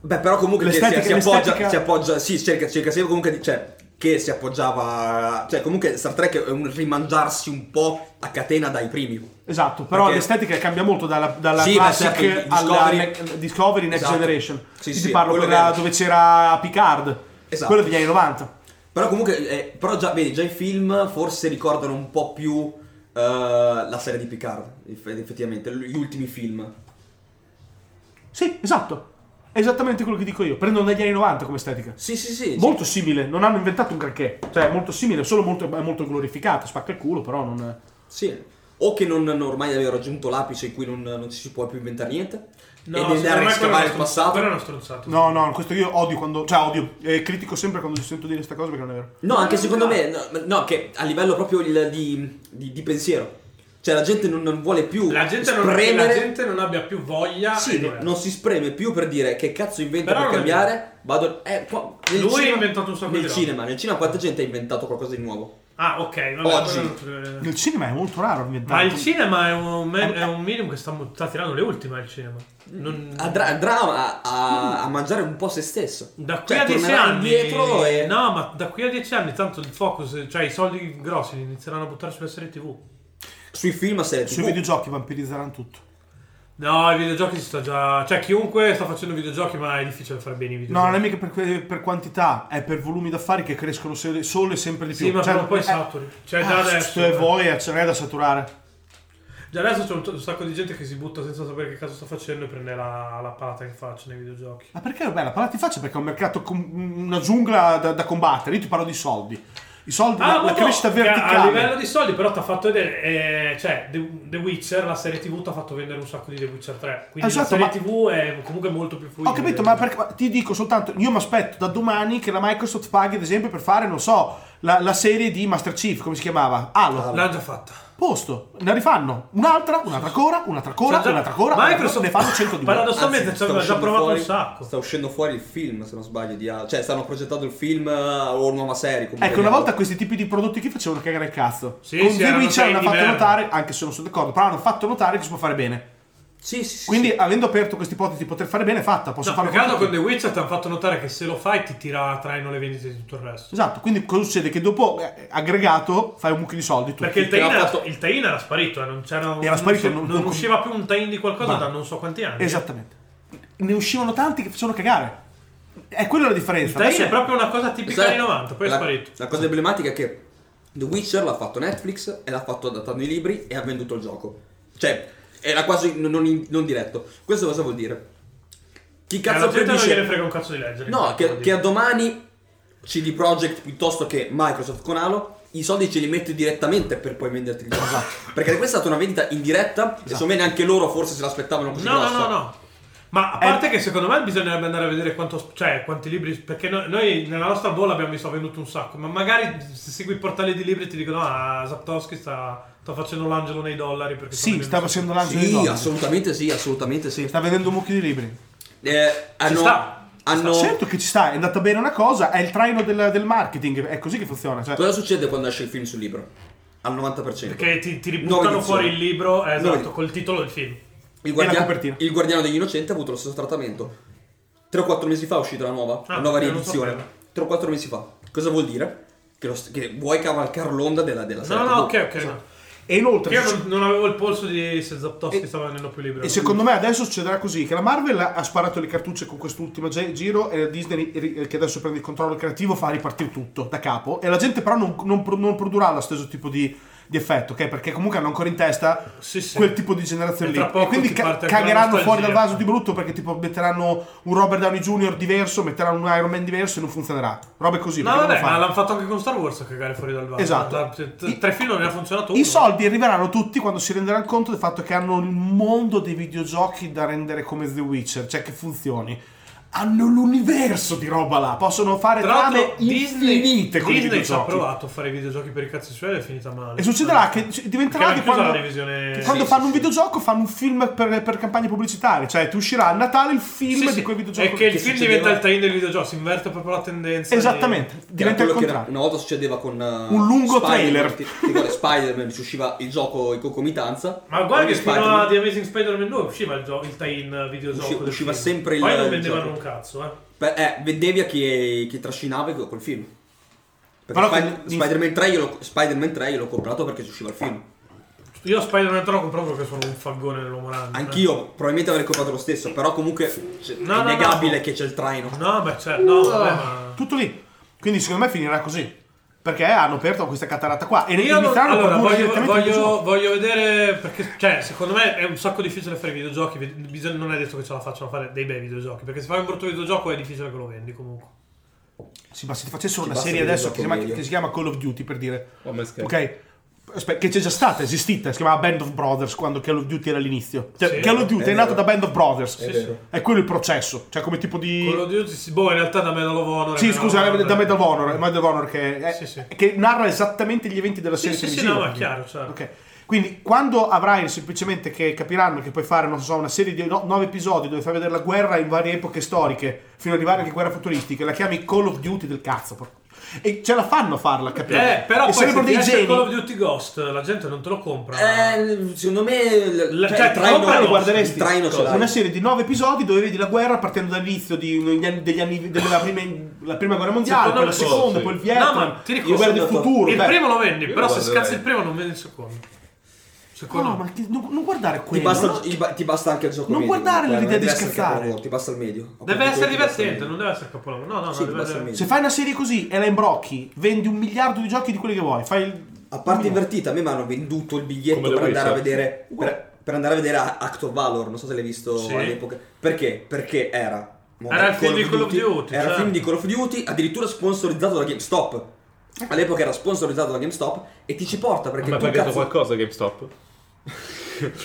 Speaker 4: Beh, però comunque che si,
Speaker 2: L'estetica-
Speaker 4: si appoggia,
Speaker 2: l'estetica-
Speaker 4: si appoggia, sì, cerca, cerca sempre comunque di, cioè, che si appoggiava, cioè comunque Star Trek è un rimangiarsi un po' a catena dai primi.
Speaker 2: Esatto, però
Speaker 4: Perché-
Speaker 2: l'estetica cambia molto dalla, dalla
Speaker 4: Sì, ma
Speaker 2: classic
Speaker 4: certo, il
Speaker 2: alla
Speaker 4: Discovery-
Speaker 2: ne- Discovery Next
Speaker 4: Esatto.
Speaker 2: Generation.
Speaker 4: Sì,
Speaker 2: Sì,
Speaker 4: sì,
Speaker 2: ti parlo
Speaker 4: quello
Speaker 2: quella
Speaker 4: vero.
Speaker 2: dove c'era Picard,
Speaker 4: Esatto.
Speaker 2: quello degli anni 90.
Speaker 4: Però comunque, eh, però già, vedi, già i film forse ricordano un po' più eh, la serie di Picard, eff- effettivamente, gli ultimi film.
Speaker 2: Sì, esatto. È esattamente quello che dico io. Prendono dagli anni 90 come estetica.
Speaker 4: Sì, sì, sì.
Speaker 2: Molto simile, non hanno inventato un granché. Cioè, è molto simile, solo molto, è molto glorificato. Spacca il culo, però non.
Speaker 4: Sì. O che non, non ormai aveva raggiunto l'apice in cui non, non ci si può più inventare niente. e di andare a riscavare il passato.
Speaker 3: Però è uno stronzato.
Speaker 2: No, no, questo io odio quando. Cioè, odio. eh, critico sempre quando sento dire questa cosa perché non è vero.
Speaker 4: No, anche secondo me, no, no, che a livello proprio il- di, di- di pensiero. Cioè la gente non, non vuole più
Speaker 3: La gente, non,
Speaker 4: spremere.
Speaker 3: la gente non abbia più voglia.
Speaker 4: Sì,
Speaker 3: di
Speaker 4: no-
Speaker 3: dover-
Speaker 4: non si spreme più per dire che cazzo invento
Speaker 3: Però
Speaker 4: per
Speaker 3: non è
Speaker 4: cambiare. Vado. Eh, qua- nel
Speaker 3: Lui ha
Speaker 4: cinema-
Speaker 3: inventato un sacco di
Speaker 4: Nel
Speaker 3: roba.
Speaker 4: cinema, nel cinema quanta gente ha inventato qualcosa di nuovo?
Speaker 3: Ah, ok. Vabbè,
Speaker 4: Oggi.
Speaker 3: quello non-
Speaker 2: Nel cinema è molto raro
Speaker 3: Ma
Speaker 2: inventare.
Speaker 3: il cinema è un, me- è un medium che sta, mu- sta tirando le ultime. Il cinema.
Speaker 2: Mm.
Speaker 3: Non-
Speaker 4: A, dra- drama a, a mangiare un po' se stesso.
Speaker 3: Mm. Da qui
Speaker 4: Cioè,
Speaker 3: a dieci
Speaker 4: tornerà
Speaker 3: anni,
Speaker 4: indietro e-
Speaker 3: no, ma da qui a dieci anni, tanto il focus, cioè i soldi grossi li inizieranno a buttare sulle serie TV.
Speaker 4: Sui film a serie
Speaker 2: Sui
Speaker 4: TV.
Speaker 2: videogiochi vampirizzeranno tutto.
Speaker 3: No, i videogiochi si sta già. Cioè, chiunque sta facendo videogiochi, ma è difficile fare bene i
Speaker 2: No,
Speaker 3: videogiochi.
Speaker 2: non è mica per, que- per quantità, è per volumi d'affari che crescono se- solo e sempre di più.
Speaker 3: Sì, ma
Speaker 2: Cioè,
Speaker 3: prima o poi
Speaker 2: eh,
Speaker 3: saturi. Cioè, già
Speaker 2: ah,
Speaker 3: adesso.
Speaker 2: sto è voglia, ce n'è da saturare.
Speaker 3: Già adesso c'è un, un sacco di gente che si butta senza sapere che cazzo sta facendo e prende la, la palata in faccia nei videogiochi.
Speaker 2: Ma perché? Beh, la parola ti faccio perché è un mercato, com- una giungla da, da combattere. Io ti parlo di soldi. I soldi, la,
Speaker 3: Ah, ma
Speaker 2: la
Speaker 3: no,
Speaker 2: crescita
Speaker 3: che a-
Speaker 2: verticale.
Speaker 3: A livello di soldi, però, ti ha fatto vedere. eh, cioè, The, The Witcher, la serie TV, ti ha fatto vendere un sacco di The Witcher 3. Quindi
Speaker 2: Esatto,
Speaker 3: la
Speaker 2: ma-
Speaker 3: serie TV è comunque molto più fluida.
Speaker 2: Ho capito, ma perché- ma ti dico soltanto, io mi aspetto da domani che la Microsoft paghi, ad esempio, per fare, non so, la, la serie di Master Chief, come si chiamava? Halo.
Speaker 3: L'ha già fatta.
Speaker 2: Posto, ne rifanno un'altra, un'altra ancora, un'altra ancora,
Speaker 3: Cioè, già-
Speaker 2: un'altra ancora,
Speaker 3: Microsoft-
Speaker 2: ne fanno 102.
Speaker 3: Paradossalmente
Speaker 4: Anzi,
Speaker 3: ci
Speaker 4: sta
Speaker 3: aveva già
Speaker 4: uscendo
Speaker 3: provato
Speaker 4: fuori-
Speaker 3: un sacco. Cioè,
Speaker 4: Sta uscendo fuori il film, se non sbaglio, di Halo. Cioè, stanno progettando il film eh, o una nuova serie. comunque,
Speaker 2: Ecco, una
Speaker 4: di Halo.
Speaker 2: volta questi tipi di prodotti qui facevano cagare il cazzo.
Speaker 3: Sì,
Speaker 2: Con
Speaker 3: sì,
Speaker 2: The
Speaker 3: erano
Speaker 2: Witcher
Speaker 3: dei
Speaker 2: hanno fatto
Speaker 3: diversi.
Speaker 2: notare, anche se non sono d'accordo, però hanno fatto notare che si può fare bene.
Speaker 4: Sì, sì, sì.
Speaker 2: Quindi,
Speaker 4: sì.
Speaker 2: avendo aperto questa ipotesi di poter fare bene, è fatta, posso
Speaker 3: No,
Speaker 2: farlo
Speaker 3: più che altro
Speaker 2: tutti.
Speaker 3: con The Witcher ti hanno fatto notare che se lo fai ti tira a traino le vendite di tutto il resto.
Speaker 2: Esatto, quindi cosa succede? Che dopo, eh, aggregato, fai un mucchio di soldi tu.
Speaker 3: Perché il
Speaker 4: Che
Speaker 3: tie-in,
Speaker 4: l'ha
Speaker 3: era,
Speaker 4: fatto-
Speaker 3: il tie-in era sparito, eh, non c'era un-
Speaker 2: Era sparito,
Speaker 3: non,
Speaker 2: non- Esatto.
Speaker 3: non
Speaker 2: non-
Speaker 3: usciva più un tie-in di qualcosa
Speaker 2: Va.
Speaker 3: da non so quanti anni.
Speaker 2: Esattamente. Ne uscivano tanti che facevano cagare. È quella la differenza.
Speaker 3: Il tie-in
Speaker 2: Adesso-
Speaker 3: è proprio una cosa tipica
Speaker 4: Sai,
Speaker 3: dei 90, poi
Speaker 4: la,
Speaker 3: è sparito.
Speaker 4: La cosa emblematica è che The Witcher l'ha fatto Netflix e l'ha fatto adattando i libri e ha venduto il gioco. Cioè, era quasi non, non- non diretto. Questo cosa vuol dire?
Speaker 3: Cioè,
Speaker 4: Chi cazzo
Speaker 3: la gente non gliene
Speaker 4: proibisce?
Speaker 3: frega un cazzo di leggere.
Speaker 4: No, che,
Speaker 3: Quindi-
Speaker 4: che a domani CD Projekt piuttosto che Microsoft con Halo i soldi ce li metti direttamente per poi venderti il gioco.
Speaker 2: Esatto.
Speaker 4: Perché questa è stata una vendita indiretta e secondo me neanche loro forse se l'aspettavano così
Speaker 3: No, no,
Speaker 4: grossa.
Speaker 3: no, no. Ma a parte che secondo me bisognerebbe andare a vedere quanto, cioè, quanti libri. Perché no- noi nella nostra bolla abbiamo visto ha venduto un sacco. Ma magari se segui i portali di libri ti dicono: Ah, Zaptowski sta, sta facendo l'angelo nei dollari. Perché sta
Speaker 2: Sì,
Speaker 3: vendendo
Speaker 2: sta
Speaker 3: un sacco".
Speaker 2: facendo l'angelo dei
Speaker 4: Sì,
Speaker 2: soldi.
Speaker 4: assolutamente sì, assolutamente sì.
Speaker 2: Sta vendendo un mucchio di libri.
Speaker 4: Eh, hanno,
Speaker 3: sta.
Speaker 4: hanno-
Speaker 2: Certo che ci sta, è andata bene una cosa, è il traino del, del marketing, è così che funziona. Cioè,
Speaker 4: Cosa succede quando esce il film sul libro? Al 90%.
Speaker 3: Perché ti, ti
Speaker 4: Nuova
Speaker 3: ributtano
Speaker 4: edizione.
Speaker 3: fuori il libro, eh, esatto,
Speaker 4: Nuova-
Speaker 3: col titolo del film.
Speaker 4: il,
Speaker 2: e la
Speaker 4: guardia-
Speaker 2: copertina.
Speaker 4: il guardiano degli innocenti ha avuto lo stesso trattamento. 3 o 4 mesi fa è uscita la nuova,
Speaker 3: Ah,
Speaker 4: la nuova
Speaker 3: non lo
Speaker 4: riedizione.
Speaker 3: sapevo.
Speaker 4: 3 o 4 mesi fa. Cosa vuol dire? Che, lo st- che vuoi cavalcare l'onda della, della
Speaker 3: No,
Speaker 2: Esatto,
Speaker 4: serie.
Speaker 3: no,
Speaker 4: TV.
Speaker 3: ok, ok. no.
Speaker 2: E inoltre,
Speaker 3: Io
Speaker 2: succe-
Speaker 3: non, non avevo il polso di se Zaptowski
Speaker 2: E-
Speaker 3: stava vendendo più libri.
Speaker 2: e secondo me adesso succederà così, che la Marvel ha sparato le cartucce con quest'ultimo gi- giro e la Disney, ri- eh, che adesso prende il controllo creativo, fa ripartire tutto da capo e la gente però non, non pro- non produrrà lo stesso tipo di, di effetto, ok? Perché comunque hanno ancora in testa
Speaker 3: Sì, sì.
Speaker 2: quel tipo di generazione
Speaker 3: E
Speaker 2: lì.
Speaker 3: tra poco
Speaker 2: E quindi
Speaker 3: ti
Speaker 2: ca-
Speaker 3: parte anche la
Speaker 2: cagheranno fuori dal
Speaker 3: nostalgia.
Speaker 2: vaso di brutto perché tipo metteranno un Robert Downey Jr. diverso, metteranno un Iron Man diverso e non funzionerà. Robe così.
Speaker 3: No,
Speaker 2: perché non
Speaker 3: vabbè,
Speaker 2: lo fanno.
Speaker 3: ma l'hanno fatto anche con Star Wars a cagare fuori dal vaso.
Speaker 2: Esatto.
Speaker 3: La- t- t-
Speaker 2: I-
Speaker 3: tre film non ne ha funzionato uno.
Speaker 2: I soldi arriveranno tutti quando si renderanno conto del fatto che hanno il mondo dei videogiochi da rendere come The Witcher, cioè che funzioni. Hanno l'universo di roba là, possono fare
Speaker 3: Tra l'altro
Speaker 2: trame
Speaker 3: Disney,
Speaker 2: infinite con i
Speaker 3: Disney ci ha
Speaker 2: videogiochi.
Speaker 3: provato a fare i videogiochi per i cazzi suoi ed è finita male.
Speaker 2: E succederà
Speaker 3: Perché
Speaker 2: che c- diventerà che
Speaker 3: hanno chiuso
Speaker 2: quando,
Speaker 3: la divisione...
Speaker 2: che quando
Speaker 4: Sì,
Speaker 2: fanno
Speaker 4: sì,
Speaker 2: un
Speaker 4: sì.
Speaker 2: videogioco fanno un film per, per campagne pubblicitarie, cioè ti uscirà a Natale il film
Speaker 3: Sì,
Speaker 2: di
Speaker 3: sì.
Speaker 2: quel videogioco.
Speaker 3: È che il
Speaker 4: che
Speaker 3: film
Speaker 4: succedeva-
Speaker 3: diventa il tie-in del videogioco, si inverte proprio la tendenza. di-
Speaker 2: Esattamente,
Speaker 4: Che era
Speaker 2: diventa il
Speaker 4: quello che era-
Speaker 2: contrario.
Speaker 4: una volta succedeva con uh,
Speaker 2: Un lungo trailer.
Speaker 4: Ti, ti ricordi Spider-Man ci usciva il gioco in concomitanza.
Speaker 3: Ma guarda
Speaker 4: Ogni
Speaker 3: che fino
Speaker 4: Spider-Man-
Speaker 3: a The Amazing Spider-Man 2 usciva il, gio- il tie-in videogioco.
Speaker 4: Usci-
Speaker 3: del
Speaker 4: usciva
Speaker 3: film.
Speaker 4: sempre il-
Speaker 3: Poi non
Speaker 4: il
Speaker 3: vendevano
Speaker 4: gioco.
Speaker 3: un cazzo, eh.
Speaker 4: Beh, eh, vedevi a chi, chi trascinava co- col film. Perché
Speaker 2: Però
Speaker 4: Spi-
Speaker 2: con-
Speaker 4: Spider-Man 3 io l'ho, Spider-Man 3 io l'ho comprato perché ci usciva il film.
Speaker 3: Io Spider-Man 3 l'ho comprato perché sono un fagone dell'uomo ragno. eh.
Speaker 4: Anch'io probabilmente avrei comprato lo stesso, però comunque c'è-
Speaker 3: No, no,
Speaker 4: è innegabile
Speaker 3: no.
Speaker 4: che c'è il traino.
Speaker 3: No, beh, certo. No, vabbè, ma...
Speaker 2: Tutto lì. Quindi secondo me finirà così. Perché hanno aperto questa cataratta qua. E
Speaker 3: Io
Speaker 2: iniziano
Speaker 3: non-
Speaker 2: a
Speaker 3: allora,
Speaker 2: produrre
Speaker 3: voglio,
Speaker 2: direttamente
Speaker 3: voglio-
Speaker 2: il gioco.
Speaker 3: voglio vedere perché, cioè, secondo me è un sacco difficile fare i videogiochi. vi- bisogna- non è detto che ce la facciano fare dei bei videogiochi. Perché se fai un brutto videogioco è difficile che lo vendi comunque.
Speaker 2: Sì, ma se ti facessero una
Speaker 4: basta
Speaker 2: serie
Speaker 4: che
Speaker 2: adesso
Speaker 4: gioco
Speaker 2: che si, chiama,
Speaker 4: meglio.
Speaker 2: che si chiama Call of Duty per dire.
Speaker 1: Oh, ma è scherzo.
Speaker 2: Ok. Aspetta, che c'è già stata, è esistita, si chiamava Band of Brothers quando Call of Duty era all'inizio. Cioè,
Speaker 3: Sì,
Speaker 2: Call of Duty
Speaker 4: è
Speaker 2: è, nato
Speaker 4: vero.
Speaker 2: da Band of Brothers.
Speaker 4: È vero.
Speaker 2: È quello il processo, cioè come tipo di
Speaker 3: Quello di Duty, sì, boh, in realtà da Medal of Honor.
Speaker 2: Sì,
Speaker 3: Medal of
Speaker 2: scusa,
Speaker 3: Honor-
Speaker 2: da Medal of Honor, Medal of Honor che, è-
Speaker 3: Sì, sì.
Speaker 2: che narra esattamente gli eventi della
Speaker 3: Sì,
Speaker 2: serie
Speaker 3: sì, sì,
Speaker 2: televisiva.
Speaker 3: no, ma è chiaro, certo.
Speaker 2: Ok. Quindi quando avrai semplicemente che capiranno che puoi fare, non so, una serie di no- nove episodi dove fai vedere la guerra in varie epoche storiche, fino ad arrivare anche a guerra futuristica, la chiami Call of Duty del cazzo. porco. E ce la fanno a farla, capire.
Speaker 3: Eh, però
Speaker 2: e
Speaker 3: poi se
Speaker 2: sarebbero
Speaker 3: ti
Speaker 2: dei
Speaker 3: esce
Speaker 2: geni.
Speaker 3: Call of Duty Ghost, la gente non te lo compra.
Speaker 4: Eh, secondo me l-
Speaker 3: La- cioè,
Speaker 4: il
Speaker 3: ti
Speaker 4: traino-
Speaker 3: comprano,
Speaker 2: Lo guarderesti
Speaker 4: il traino ce l'hai.
Speaker 2: una serie di nove episodi dove vedi la guerra partendo dall'inizio di- degli anni- degli anni- della prima, la prima guerra mondiale,
Speaker 3: Secondo
Speaker 2: poi la
Speaker 3: me sì.
Speaker 2: seconda, poi il Vietnam,
Speaker 3: No, ma ti
Speaker 2: la
Speaker 3: ricordo-
Speaker 2: guerra del futuro. cioè,
Speaker 3: il
Speaker 2: beh.
Speaker 3: primo lo vendi,
Speaker 1: Io
Speaker 3: però se
Speaker 1: guarderei.
Speaker 3: scazzi il primo non vendi il secondo. Secondo
Speaker 2: No,
Speaker 3: me.
Speaker 2: Ah, ma che- non, non guardare
Speaker 4: Ti
Speaker 2: quello.
Speaker 4: basta,
Speaker 2: no?
Speaker 4: il- ba- ti basta anche il gioco
Speaker 2: Non
Speaker 4: medio,
Speaker 2: guardare
Speaker 4: guarda,
Speaker 2: l'idea
Speaker 4: non
Speaker 2: di
Speaker 4: deve essere
Speaker 2: scaccare.
Speaker 4: capolavoro, Ti basta il medio.
Speaker 3: Deve essere
Speaker 4: Ti basta il
Speaker 3: divertente,
Speaker 4: medio.
Speaker 3: non deve essere capolavoro. No, no,
Speaker 4: Sì,
Speaker 3: no,
Speaker 4: ti
Speaker 3: deve
Speaker 4: basta il
Speaker 3: essere.
Speaker 4: medio.
Speaker 2: Se fai una serie così e la imbrocchi, vendi un miliardo di giochi di quelli che vuoi. Fai il...
Speaker 4: A parte invertita, a me mi hanno venduto il biglietto
Speaker 1: Come The
Speaker 4: per andare, a
Speaker 1: Witcher.
Speaker 4: vedere, per, per andare a vedere A- Act of Valor. Non so se l'hai visto
Speaker 3: Sì.
Speaker 4: all'epoca. Perché? Perché era.
Speaker 3: Era il film di Call of Duty,
Speaker 4: Era il
Speaker 3: certo.
Speaker 4: film di Call of Duty, addirittura sponsorizzato da GameStop. All'epoca era sponsorizzato da GameStop e ti ci porta perché
Speaker 1: Ma hai
Speaker 4: tu
Speaker 1: pagato
Speaker 4: cazzo,
Speaker 1: qualcosa GameStop?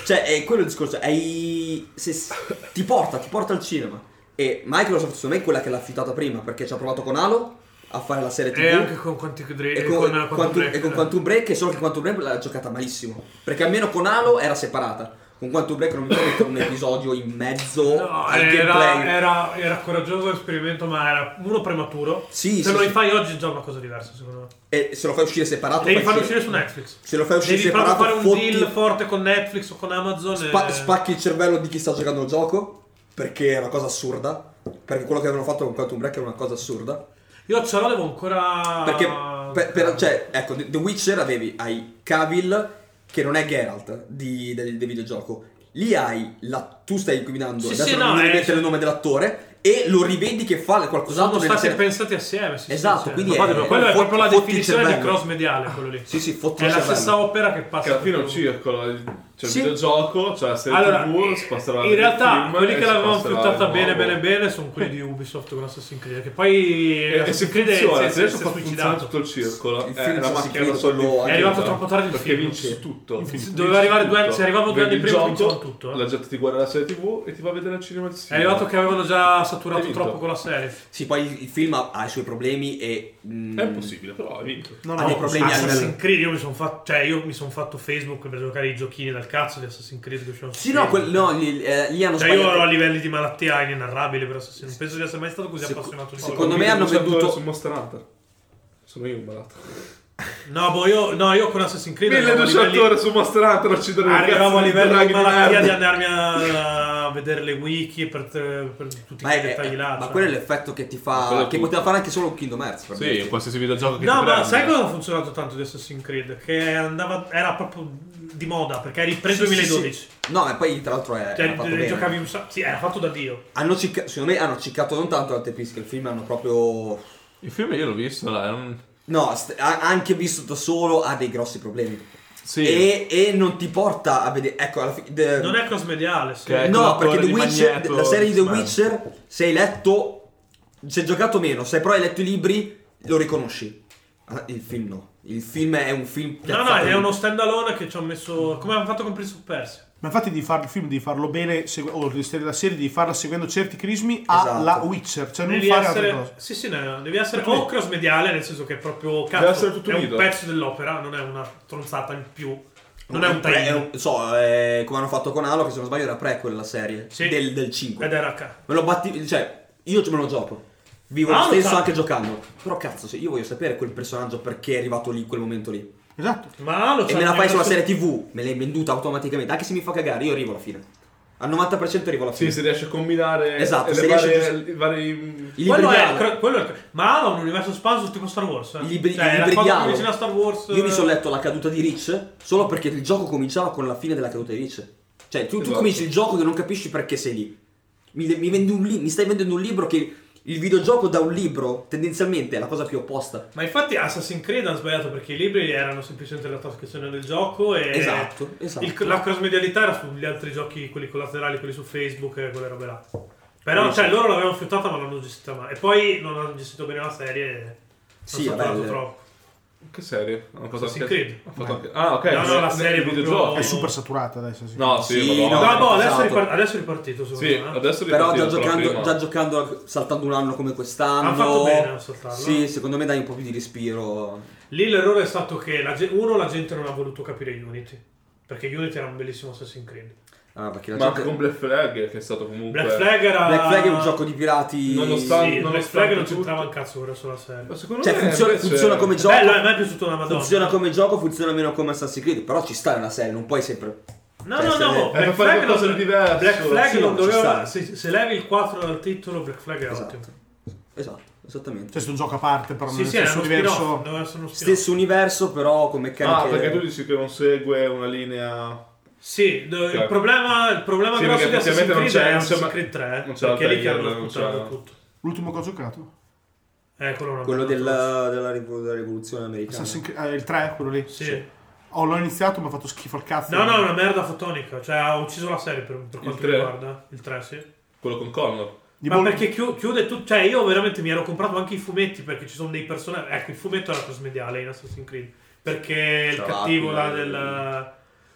Speaker 4: Cioè, è quello il discorso. Hai... se- s- ti porta, ti porta al cinema. E Microsoft, secondo me, è quella che l'ha affittata prima perché ci ha provato con Halo a fare la serie TV.
Speaker 3: E anche con quanti
Speaker 4: E
Speaker 3: Dream.
Speaker 4: con,
Speaker 3: con, eh, Quantum
Speaker 4: Quantum,
Speaker 3: Break,
Speaker 4: e con
Speaker 3: eh.
Speaker 4: Quantum Break, solo che Quantum Break l'ha giocata malissimo. Perché almeno con Halo era separata. Con Quantum Break non mi ricordo che era un episodio in mezzo
Speaker 3: No,
Speaker 4: al
Speaker 3: era,
Speaker 4: gameplay.
Speaker 3: era, era coraggioso l'esperimento, ma era uno prematuro. Se
Speaker 4: Sì, sì, Ah,
Speaker 3: lo
Speaker 4: sì.
Speaker 3: rifai oggi è già una cosa diversa, secondo me.
Speaker 4: E se lo fai uscire separato.
Speaker 3: Devi
Speaker 4: fai
Speaker 3: farlo uscire su Netflix.
Speaker 4: Se lo fai uscire
Speaker 3: Devi proprio
Speaker 4: separato,
Speaker 3: fare un
Speaker 4: fotti-
Speaker 3: deal forte con eh, Netflix o con Amazon.
Speaker 4: spa-
Speaker 3: e-
Speaker 4: spacchi il cervello di chi sta giocando il gioco. Perché è una cosa assurda. Perché quello che avevano fatto con Quantum Break era una cosa assurda.
Speaker 3: Io ce l'ho devo ancora. Eh,
Speaker 4: Perché,
Speaker 3: Ah,
Speaker 4: per- per- cioè, ecco, The The Witcher avevi, hai Cavill, che non è Geralt di- del, del videogioco. Lì hai, la, tu stai guidando,
Speaker 3: Sì,
Speaker 4: adesso
Speaker 3: sì,
Speaker 4: non
Speaker 3: no,
Speaker 4: mi viene
Speaker 3: eh,
Speaker 4: in mente
Speaker 3: sì.
Speaker 4: il nome dell'attore, e lo rivedi che fa qualcos'altro
Speaker 3: sono
Speaker 4: nella
Speaker 3: stati
Speaker 4: serie.
Speaker 3: pensati assieme. sì, sì,
Speaker 4: Esatto,
Speaker 3: sì.
Speaker 4: quindi
Speaker 3: Ma
Speaker 4: è-
Speaker 3: guarda, ma quello è
Speaker 4: fotti-
Speaker 3: proprio la
Speaker 4: fotti il
Speaker 3: definizione di
Speaker 4: cervello.
Speaker 3: cross mediale, quello lì.
Speaker 4: Sì, sì, fotti
Speaker 3: È
Speaker 4: il
Speaker 3: la
Speaker 4: cervello.
Speaker 3: stessa opera che passa.
Speaker 1: Capino il
Speaker 3: più-
Speaker 1: circolo, il- c'è il
Speaker 4: Sì.
Speaker 1: videogioco, c'è la serie
Speaker 3: Allora,
Speaker 1: TV, si passerà
Speaker 3: in
Speaker 1: il
Speaker 3: realtà
Speaker 1: film
Speaker 3: quelli
Speaker 1: e
Speaker 3: che
Speaker 1: si
Speaker 3: l'avevano
Speaker 1: passerà
Speaker 3: fruttata
Speaker 1: il
Speaker 3: bene
Speaker 1: nuovo.
Speaker 3: bene bene sono quelli di Ubisoft con Assassin's Creed che poi
Speaker 1: E, e se
Speaker 3: Assassin's Creed è-
Speaker 1: funziona, se
Speaker 3: si è,
Speaker 1: riesce
Speaker 3: si
Speaker 1: a
Speaker 3: è
Speaker 1: far funzionare tutto
Speaker 3: suicidato
Speaker 1: il circolo,
Speaker 4: Il
Speaker 1: eh,
Speaker 4: film
Speaker 1: la
Speaker 4: si
Speaker 1: macchina
Speaker 4: scrive
Speaker 1: da solo
Speaker 4: solo-
Speaker 1: è
Speaker 4: è
Speaker 3: arrivato troppo tardi il
Speaker 1: perché
Speaker 3: film,
Speaker 1: vinci
Speaker 4: sì.
Speaker 1: su tutto.
Speaker 3: Infine.
Speaker 1: Vinci
Speaker 3: Doveva arrivare
Speaker 1: su
Speaker 3: due anni-
Speaker 1: tutto.
Speaker 3: se arrivava due
Speaker 1: Vedi
Speaker 3: anni
Speaker 1: il
Speaker 3: prima,
Speaker 1: gioco,
Speaker 3: vinceva tutto, eh.
Speaker 1: La gente ti guarda la serie TV e ti va a vedere al cinema di
Speaker 3: è arrivato che avevano già saturato
Speaker 1: Hai vinto.
Speaker 3: troppo con la serie
Speaker 4: Sì, poi il- il film ha, ha i suoi problemi e... mm,
Speaker 1: È impossibile, però hai vinto.
Speaker 2: No,
Speaker 4: ha dei problemi a
Speaker 3: Assassin's
Speaker 4: livello-
Speaker 3: Creed io mi sono fatto cioè io mi sono fatto Facebook per giocare ai giochini dal cazzo di Assassin's Creed che uscivano su
Speaker 4: Sì, no,
Speaker 3: Facebook.
Speaker 4: quel- no, lì, eh, lì hanno
Speaker 3: cioè io ero a
Speaker 4: sbagliato...
Speaker 3: livelli di malattia inenarrabili per Assassin's non penso di essere mai stato così
Speaker 4: Seco-
Speaker 3: appassionato di
Speaker 4: secondo
Speaker 3: gioco.
Speaker 4: me hanno venduto-
Speaker 1: su Monster Hunter. Sono io un malato.
Speaker 3: no boh io no io con Assassin's Creed arrivavo a
Speaker 1: 1200
Speaker 3: livelli-
Speaker 1: ore su Monster Hunter a uccidere un
Speaker 3: Arrivavo
Speaker 1: cazzo
Speaker 3: a livello
Speaker 1: draghi
Speaker 3: di malattia di
Speaker 1: merda.
Speaker 3: andarmi a, a vedere le wiki per, te- per tutti
Speaker 4: Ma,
Speaker 3: i
Speaker 4: è,
Speaker 3: dettagli
Speaker 4: è-
Speaker 3: là.
Speaker 4: ma
Speaker 3: cioè.
Speaker 4: quello è l'effetto che ti
Speaker 1: Quello
Speaker 4: fa...
Speaker 1: è
Speaker 4: Che
Speaker 1: tutto.
Speaker 4: poteva fare anche solo Kingdom Hearts. per
Speaker 1: Sì,
Speaker 4: dire.
Speaker 1: in qualsiasi videogioco che
Speaker 3: No,
Speaker 1: ti
Speaker 3: ma
Speaker 1: prendi.
Speaker 3: sai cosa ha funzionato tanto di Assassin's Creed? Che andava, era proprio di moda, perché eri
Speaker 4: Sì,
Speaker 3: preso
Speaker 4: sì,
Speaker 3: 2012.
Speaker 4: sì. No, e poi tra l'altro è...
Speaker 3: Cioè,
Speaker 4: era fatto
Speaker 3: eh,
Speaker 4: bene.
Speaker 3: giocavi un sa- Sì, era fatto da Dio.
Speaker 4: Hanno cicca- secondo me hanno ciccato non tanto alte piste, il film hanno proprio...
Speaker 1: Il film io l'ho visto, là, è un...
Speaker 4: No, st- a- anche visto da solo ha dei grossi problemi.
Speaker 1: Sì.
Speaker 4: E, e non ti porta a vedere... Ecco, alla fine... de-
Speaker 3: Non è cross-mediale, sì.
Speaker 1: Che è
Speaker 4: No,
Speaker 1: quell'attore
Speaker 4: perché The
Speaker 1: di
Speaker 4: Witcher,
Speaker 1: Magneto,
Speaker 4: la serie di The
Speaker 1: X-Men.
Speaker 4: Witcher, se hai letto... Se hai giocato meno, se però hai letto i libri, lo riconosci. Ah, Il film no. Il film è un film...
Speaker 3: No, no,
Speaker 4: piazzato
Speaker 3: è
Speaker 4: lì.
Speaker 3: uno standalone che ci ho messo... Come hanno fatto con Prince of Persia.
Speaker 2: Ma infatti di fare il film, di farlo bene, segu- o di stare la serie, di farla seguendo certi crismi alla
Speaker 4: Esatto.
Speaker 2: Witcher, cioè non
Speaker 3: Devi
Speaker 2: fare altre
Speaker 3: essere...
Speaker 2: cose.
Speaker 3: Sì, sì, no, devi essere
Speaker 2: Perché-
Speaker 3: o cross-mediale, nel senso che è proprio... Cazzo,
Speaker 1: essere tutto
Speaker 3: è un
Speaker 1: unito.
Speaker 3: pezzo dell'opera, non è una tronzata in più. Non è un
Speaker 4: pre-
Speaker 3: taglio.
Speaker 4: un- So, eh, come hanno fatto con Halo, che se non sbaglio era prequel la serie.
Speaker 3: Sì.
Speaker 4: Del, del
Speaker 3: Ed
Speaker 4: 5.
Speaker 3: era ca-
Speaker 4: Me lo batti... Cioè, io me lo gioco. Vivo
Speaker 3: Ah,
Speaker 4: lo
Speaker 3: lo
Speaker 4: stesso
Speaker 3: sa-
Speaker 4: anche giocando. Però cazzo, se io voglio sapere quel personaggio perché è arrivato lì, in quel momento lì.
Speaker 2: Esatto.
Speaker 3: Ma lo
Speaker 4: E
Speaker 3: sa-
Speaker 4: me la fai sulla
Speaker 3: su-
Speaker 4: serie TV, me l'hai venduta automaticamente. Anche se mi fa cagare, io arrivo alla fine. Al 90% arrivo alla
Speaker 1: Sì,
Speaker 4: fine.
Speaker 1: se riesce a combinare
Speaker 4: Esatto,
Speaker 1: le
Speaker 4: se riesce
Speaker 1: varie,
Speaker 4: giusto-
Speaker 1: i vari...
Speaker 4: I libri
Speaker 3: Quello
Speaker 4: di
Speaker 3: è,
Speaker 4: Halo.
Speaker 3: cro- quello è il- ma ha un universo espanso tipo Star Wars. eh.
Speaker 4: I libri,
Speaker 3: cioè,
Speaker 4: i
Speaker 3: è la
Speaker 4: libri di
Speaker 3: cosa più
Speaker 4: Halo.
Speaker 3: vicina a Star Wars.
Speaker 4: Io mi sono
Speaker 3: eh.
Speaker 4: letto la caduta di Rich solo perché il gioco cominciava con la fine della caduta di Rich. Cioè, tu, tu
Speaker 1: Esatto.
Speaker 4: cominci il gioco che non capisci perché sei lì. Mi, mi vendi un li- mi stai vendendo un libro che il videogioco da un libro tendenzialmente è la cosa più opposta.
Speaker 3: Ma infatti Assassin's Creed hanno sbagliato perché i libri erano semplicemente la trascrizione del gioco e
Speaker 4: Esatto, esatto.
Speaker 3: il- la crossmedialità era sugli altri giochi, quelli collaterali, quelli su Facebook e quelle robe là. Però cioè, loro l'avevano fiutata ma non l'hanno gestita mai. E poi non hanno gestito bene la serie e hanno
Speaker 4: Sì,
Speaker 3: saltato
Speaker 4: vabbè, eh.
Speaker 3: troppo.
Speaker 1: Che serie? Hanno fatto
Speaker 3: Assassin's
Speaker 1: anche-
Speaker 3: Creed.
Speaker 1: hanno fatto anche- Ah, ok.
Speaker 3: No, no, la
Speaker 1: nel
Speaker 3: serie proprio-
Speaker 1: videogioco.
Speaker 2: È super saturata adesso. Sì.
Speaker 1: No, sì,
Speaker 4: Sì,
Speaker 1: madonna.
Speaker 4: no.
Speaker 3: No, boh, adesso,
Speaker 4: esatto.
Speaker 3: è ripar- adesso è ripartito secondo
Speaker 1: Sì,
Speaker 3: me. eh.
Speaker 1: adesso
Speaker 4: Però già
Speaker 1: ripartiamo dalla
Speaker 4: giocando,
Speaker 1: prima.
Speaker 4: già giocando, saltando un anno come quest'anno.
Speaker 3: Hanno fatto bene a saltarlo.
Speaker 4: Sì, secondo me dai un po' più di respiro.
Speaker 3: Lì l'errore è stato che la ge- uno la gente non ha voluto capire Unity. Perché Unity era un bellissimo Assassin's Creed.
Speaker 4: Ah, perché la
Speaker 1: Ma anche
Speaker 4: gente-
Speaker 1: con Black Flag, che è stato comunque...
Speaker 3: Black Flag era...
Speaker 4: Black Flag è un gioco di pirati.
Speaker 1: Nonostante-
Speaker 3: Sì, Black
Speaker 1: nonostante
Speaker 3: Flag non
Speaker 1: tutto.
Speaker 3: c'entrava un cazzo ora sulla serie.
Speaker 1: Ma secondo
Speaker 4: Cioè,
Speaker 1: me
Speaker 4: funziona,
Speaker 1: invece-
Speaker 4: funziona come gioco.
Speaker 3: Bello, a me è piaciuto una madonna.
Speaker 4: funziona come gioco, funziona meno come Assassin's Creed. Però ci sta nella serie, non puoi sempre.
Speaker 3: No,
Speaker 4: Cioè,
Speaker 3: no,
Speaker 4: se-
Speaker 3: no,
Speaker 1: per
Speaker 4: eh,
Speaker 3: Black
Speaker 1: fare
Speaker 3: Flag,
Speaker 1: qualcosa
Speaker 3: non-
Speaker 1: di diverso.
Speaker 3: Black Flag
Speaker 4: Sì,
Speaker 3: non
Speaker 4: no, ci
Speaker 3: doveva.
Speaker 4: sta.
Speaker 3: Se, se levi il 4 dal titolo, Black Flag è
Speaker 4: Esatto.
Speaker 3: ottimo.
Speaker 4: Esatto, esattamente.
Speaker 2: Cioè, è un gioco a parte, però
Speaker 3: Sì,
Speaker 2: nel
Speaker 3: sì, era
Speaker 2: senso
Speaker 3: uno
Speaker 2: diverso.
Speaker 3: spin-off. Doveva essere uno spin-off.
Speaker 4: Stesso universo, però con meccaniche.
Speaker 1: Ah, perché tu dici che non segue una linea...
Speaker 3: Sì, do- il
Speaker 1: Certo.
Speaker 3: problema, il problema
Speaker 1: Sì,
Speaker 3: grosso
Speaker 1: perché
Speaker 3: di Assassin's
Speaker 1: effettivamente non
Speaker 3: Creed
Speaker 1: c'è,
Speaker 3: è
Speaker 1: insomma,
Speaker 3: Assassin's Creed 3.
Speaker 1: non c'è la
Speaker 3: perché lì che
Speaker 1: trailer,
Speaker 3: hanno
Speaker 1: non c'è-
Speaker 3: sputato tutto.
Speaker 2: L'ultimo che ho giocato?
Speaker 4: Esatto.
Speaker 3: Eh, quello, è una
Speaker 4: Quello
Speaker 3: merda.
Speaker 4: della, della rivo- della rivoluzione americana.
Speaker 2: Assassin's Creed- eh, il 3, quello lì.
Speaker 3: Sì.
Speaker 2: Oh, l'ho iniziato, mi ha fatto schifo al cazzo.
Speaker 3: No, no, è una merda fotonica. Cioè, ha ucciso la serie per, per quanto mi
Speaker 1: 3?
Speaker 3: riguarda. Il 3, sì.
Speaker 1: Quello con Connor.
Speaker 2: Di
Speaker 3: Ma
Speaker 2: Bol-
Speaker 3: perché chiu- chiude tutto. Cioè, io veramente mi ero comprato anche i fumetti perché ci sono dei personaggi. Ecco, il fumetto era trasmediale in Assassin's Creed. Perché il
Speaker 4: Ciao,
Speaker 3: cattivo là
Speaker 4: Attila,
Speaker 1: eh.
Speaker 3: del.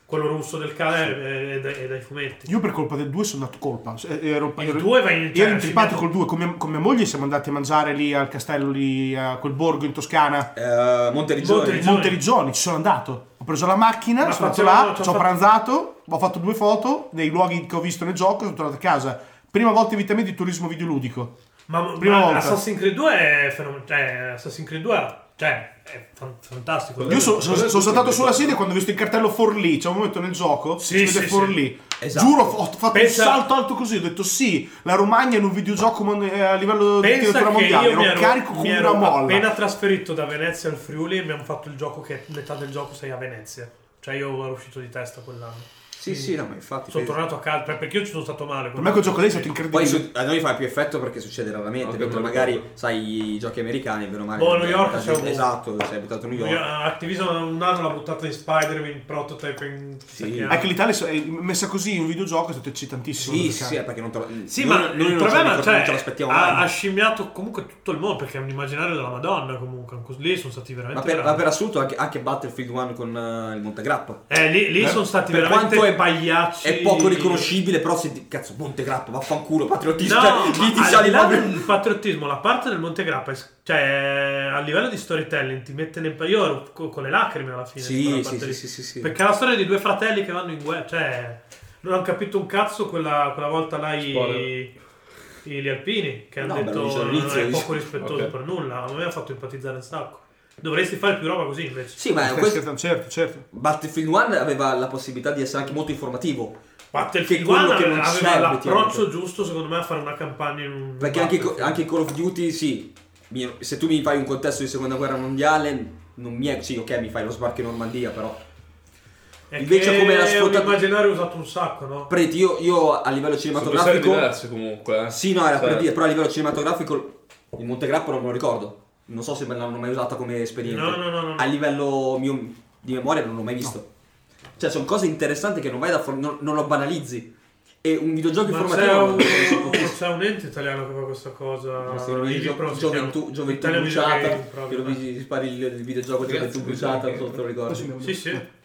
Speaker 3: quello russo del cane è, è dai- è dai fumetti.
Speaker 2: Io per colpa del 2 sono andato colpa. Cioè, Ero,
Speaker 3: Il
Speaker 2: ero-
Speaker 3: due va in- cioè,
Speaker 2: ero intrippato
Speaker 3: sì,
Speaker 2: col 2. Con mia, con mia moglie siamo andati a mangiare lì al castello, lì a quel borgo in Toscana.
Speaker 4: Eh, Monteriggioni.
Speaker 3: Monteriggioni.
Speaker 2: Monteriggioni, ci sono andato. Ho preso la macchina,
Speaker 3: Ma
Speaker 2: sono andato
Speaker 3: facevamo-
Speaker 2: là,
Speaker 3: ci ho
Speaker 2: ci ho
Speaker 3: fatto-
Speaker 2: pranzato, ho fatto due foto nei luoghi che ho visto nel gioco e sono tornato a casa. Prima volta in vita mia di turismo videoludico.
Speaker 3: Ma, ma
Speaker 2: Prima volta.
Speaker 3: Assassin's Creed 2 è fenomenale. Cioè, Assassin's Creed 2 è- cioè, è fan- fantastico.
Speaker 2: Io sono
Speaker 1: Quello è tutto
Speaker 2: saltato
Speaker 1: il
Speaker 2: sulla
Speaker 1: gioco.
Speaker 2: sedia quando ho visto il cartello Forlì. C'è un momento nel gioco
Speaker 3: Sì,
Speaker 2: si vede
Speaker 3: sì,
Speaker 2: Forlì.
Speaker 4: Esatto.
Speaker 2: Giuro, ho fatto
Speaker 3: Pensa-
Speaker 2: un salto alto così. Ho detto sì, la Romagna è in un videogioco mon- eh, a livello di
Speaker 3: Pensa
Speaker 2: letteratura
Speaker 3: che
Speaker 2: mondiale.
Speaker 3: io
Speaker 2: Ero,
Speaker 3: mi ero,
Speaker 2: carico
Speaker 3: mi
Speaker 2: come
Speaker 3: ero
Speaker 2: una molla.
Speaker 3: appena trasferito da Venezia al Friuli e abbiamo fatto il gioco che metà del gioco sei a Venezia. Cioè io ero uscito di testa quell'anno.
Speaker 4: Sì, sì, no, ma infatti.
Speaker 3: Sono
Speaker 4: per-
Speaker 3: tornato a casa perché io ci sono stato male.
Speaker 2: Per me quel gioco lì è stato
Speaker 4: Poi
Speaker 2: incredibile.
Speaker 4: su- a noi fa più effetto perché succede raramente,
Speaker 1: Ok,
Speaker 4: mentre
Speaker 1: ma-
Speaker 4: magari, sai, i giochi americani, vero o male. eh,
Speaker 3: Boh, New York c'è un-
Speaker 4: Esatto, sei abitato a New York.
Speaker 3: Io- Activision un anno l'ha buttata in Spider-Man, in prototype, in... chissà
Speaker 4: Sì.
Speaker 3: che
Speaker 2: Anche
Speaker 3: anno.
Speaker 2: l'Italia è messa così in un videogioco è stato eccitantissimo.
Speaker 4: Sì,
Speaker 2: da
Speaker 4: sì,
Speaker 2: giocare.
Speaker 4: sì, è perché non te lo...
Speaker 3: boh, Sì,
Speaker 4: noi-
Speaker 3: ma
Speaker 4: noi
Speaker 3: il
Speaker 4: non ce
Speaker 3: problema
Speaker 4: lo-
Speaker 3: cioè,
Speaker 4: non ce l'aspettiamo
Speaker 3: ha,
Speaker 4: mai.
Speaker 3: ha scimmiato comunque tutto il mondo perché è un immaginario della Madonna comunque. anche- Lì sono stati veramente...
Speaker 4: Ma per, ma
Speaker 3: bravi.
Speaker 4: per assurdo anche, anche Battlefield 1 con eh, il Montegrappa.
Speaker 3: Eh, lì, lì
Speaker 2: Per-
Speaker 3: sono stati
Speaker 4: Per
Speaker 3: veramente
Speaker 4: quanto è
Speaker 3: pagliacci.
Speaker 4: È poco riconoscibile, però se ti- cazzo Montegrappa, vaffanculo,
Speaker 3: No,
Speaker 4: patriotista,
Speaker 3: ma
Speaker 4: lì ti
Speaker 3: al
Speaker 4: sali
Speaker 3: di là
Speaker 4: proprio.
Speaker 3: del patriottismo, la parte del Monte Grappa, è s- cioè a livello di storytelling ti mette nel... Io ero co- con le lacrime alla fine. di
Speaker 4: Sì,
Speaker 3: quella
Speaker 4: sì,
Speaker 3: parte
Speaker 4: sì,
Speaker 3: lì.
Speaker 4: sì, sì, sì.
Speaker 3: Perché è la storia di due fratelli che vanno in guerra, cioè non hanno capito un cazzo quella, quella volta là i,
Speaker 1: Spoiler.
Speaker 3: i- gli alpini che hanno
Speaker 4: No, beh,
Speaker 3: detto
Speaker 4: lo dice
Speaker 3: non
Speaker 4: all'inizio,
Speaker 3: è
Speaker 4: lo dice-
Speaker 3: poco rispettoso
Speaker 1: Ok.
Speaker 3: per nulla, a me ha fatto empatizzare un sacco. Dovresti fare più roba così invece.
Speaker 4: Sì, ma
Speaker 2: Stai
Speaker 4: questo,
Speaker 2: scherzando? certo, certo.
Speaker 4: Battlefield 1 aveva la possibilità di essere anche molto informativo.
Speaker 3: Battlefield
Speaker 4: Che quello
Speaker 3: 1
Speaker 4: che non
Speaker 3: aveva
Speaker 4: serve,
Speaker 3: l'approccio
Speaker 4: effettivamente.
Speaker 3: giusto secondo me a fare una campagna in un
Speaker 4: Perché anche,
Speaker 3: Battlefield.
Speaker 4: anche Call of Duty, sì, mi- se tu mi fai un contesto di seconda guerra mondiale, non mi è... Sì, ok, mi fai lo sbarco in Normandia, però...
Speaker 3: È
Speaker 4: invece
Speaker 3: che
Speaker 4: come la
Speaker 3: è un
Speaker 4: sfrutta-
Speaker 3: immaginario usato un sacco, no?
Speaker 4: Preti, io, io a livello
Speaker 1: Sono due serie
Speaker 4: cinematografico...
Speaker 1: diverse comunque. eh.
Speaker 4: Sì, no, era per
Speaker 1: Cioè,
Speaker 4: dire, però a livello cinematografico il Montegrappo non me lo ricordo. Non so se me l'hanno mai usata come esperienza.
Speaker 3: No, no, no, no, no.
Speaker 4: A livello mio di memoria non l'ho mai visto. Cioè, sono cose interessanti che non vai da for- non, non lo banalizzi. E un videogioco
Speaker 3: Ma c'è
Speaker 4: informativo.
Speaker 3: un, c'è un ente italiano che fa questa cosa.
Speaker 4: Gio-
Speaker 3: Vigipro si
Speaker 4: Gioventù,
Speaker 3: chiama.
Speaker 4: gioventù
Speaker 3: Italian Video
Speaker 4: bruciata.
Speaker 3: Game Pro,
Speaker 4: Che lo vedi- ti spari il, il videogioco
Speaker 1: Grazie,
Speaker 4: Gioventù bruciata, non so se te lo ricordi.
Speaker 3: Sì, sì.
Speaker 4: Eh.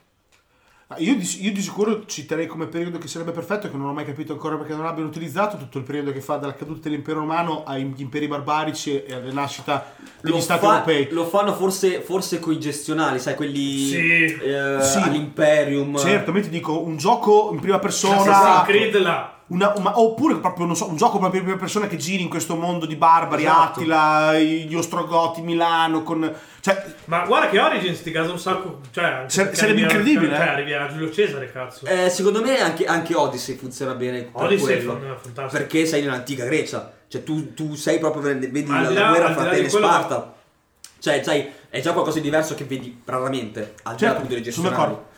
Speaker 2: Ah, Io di, io di sicuro citerei come periodo che sarebbe perfetto, che non ho mai capito ancora perché non abbiano utilizzato, tutto il periodo che fa dalla caduta dell'impero romano agli imperi barbarici e alla nascita degli
Speaker 4: Lo,
Speaker 2: stati
Speaker 4: fa-
Speaker 2: europei.
Speaker 4: lo fanno forse, forse coi gestionali, sai, quelli
Speaker 3: Sì.
Speaker 4: eh,
Speaker 2: Sì.
Speaker 4: all'Imperium.
Speaker 2: Certo, ma io ti dico un gioco in prima
Speaker 3: Assassin's
Speaker 2: persona,
Speaker 3: Creed là.
Speaker 2: una- ma- oppure proprio non so, un gioco proprio in prima persona che giri in questo mondo di barbari,
Speaker 4: Esatto.
Speaker 2: Attila, gli Ostrogoti, Milano, con... cioè
Speaker 3: Ma guarda che Origins ti casa un sacco. Cioè, anche
Speaker 2: Sa-
Speaker 3: perché
Speaker 2: sarebbe
Speaker 3: arrivi a-
Speaker 2: incredibile,
Speaker 3: Cioè,
Speaker 2: eh.
Speaker 3: arrivi a Giulio Cesare, cazzo.
Speaker 4: Eh, secondo me anche, anche Odyssey funziona bene. per
Speaker 3: Odyssey
Speaker 4: quello.
Speaker 3: è fantastico.
Speaker 4: Perché sei nell'antica Grecia, cioè tu, tu sei proprio, vedi
Speaker 3: Ma al
Speaker 4: la,
Speaker 3: di
Speaker 4: la
Speaker 3: là-
Speaker 4: guerra
Speaker 3: al di là
Speaker 4: fra
Speaker 3: di
Speaker 4: Atene e
Speaker 3: quello-
Speaker 4: Sparta, cioè sai, è già qualcosa di diverso che vedi raramente, al di là
Speaker 2: Certo,
Speaker 4: appunto delle
Speaker 2: sono
Speaker 4: gestionali.
Speaker 2: d'accordo.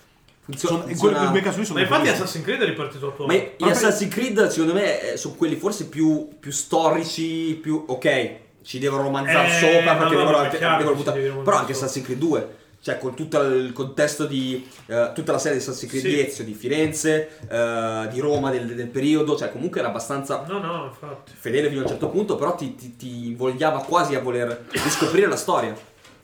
Speaker 4: Funzio-
Speaker 2: Sono, in
Speaker 4: funziona-
Speaker 2: quel- in quei casi lì sono
Speaker 3: Ma infatti
Speaker 2: bellissimi.
Speaker 3: Assassin's Creed è ripartito
Speaker 4: Ma
Speaker 3: attuale.
Speaker 4: i- gli Assassin's Creed, secondo me, eh, sono quelli forse più, più storici, più ok. Ci devono romanzare
Speaker 3: Eh,
Speaker 4: sopra
Speaker 3: ma
Speaker 4: perché
Speaker 3: no,
Speaker 4: devono,
Speaker 3: ma è chiaro che
Speaker 4: devono
Speaker 3: ci
Speaker 4: buttare-
Speaker 3: devi romanzare
Speaker 4: Però anche
Speaker 3: sopra.
Speaker 4: Assassin's Creed 2, cioè con tutto il contesto di eh, tutta la serie di Assassin's Creed
Speaker 3: Sì.
Speaker 4: di Ezio, di Firenze, eh, di Roma del, del periodo, cioè comunque era abbastanza
Speaker 3: No, no, infatti.
Speaker 4: fedele fino a un certo punto, però ti, ti, ti invogliava quasi a voler riscoprire la storia.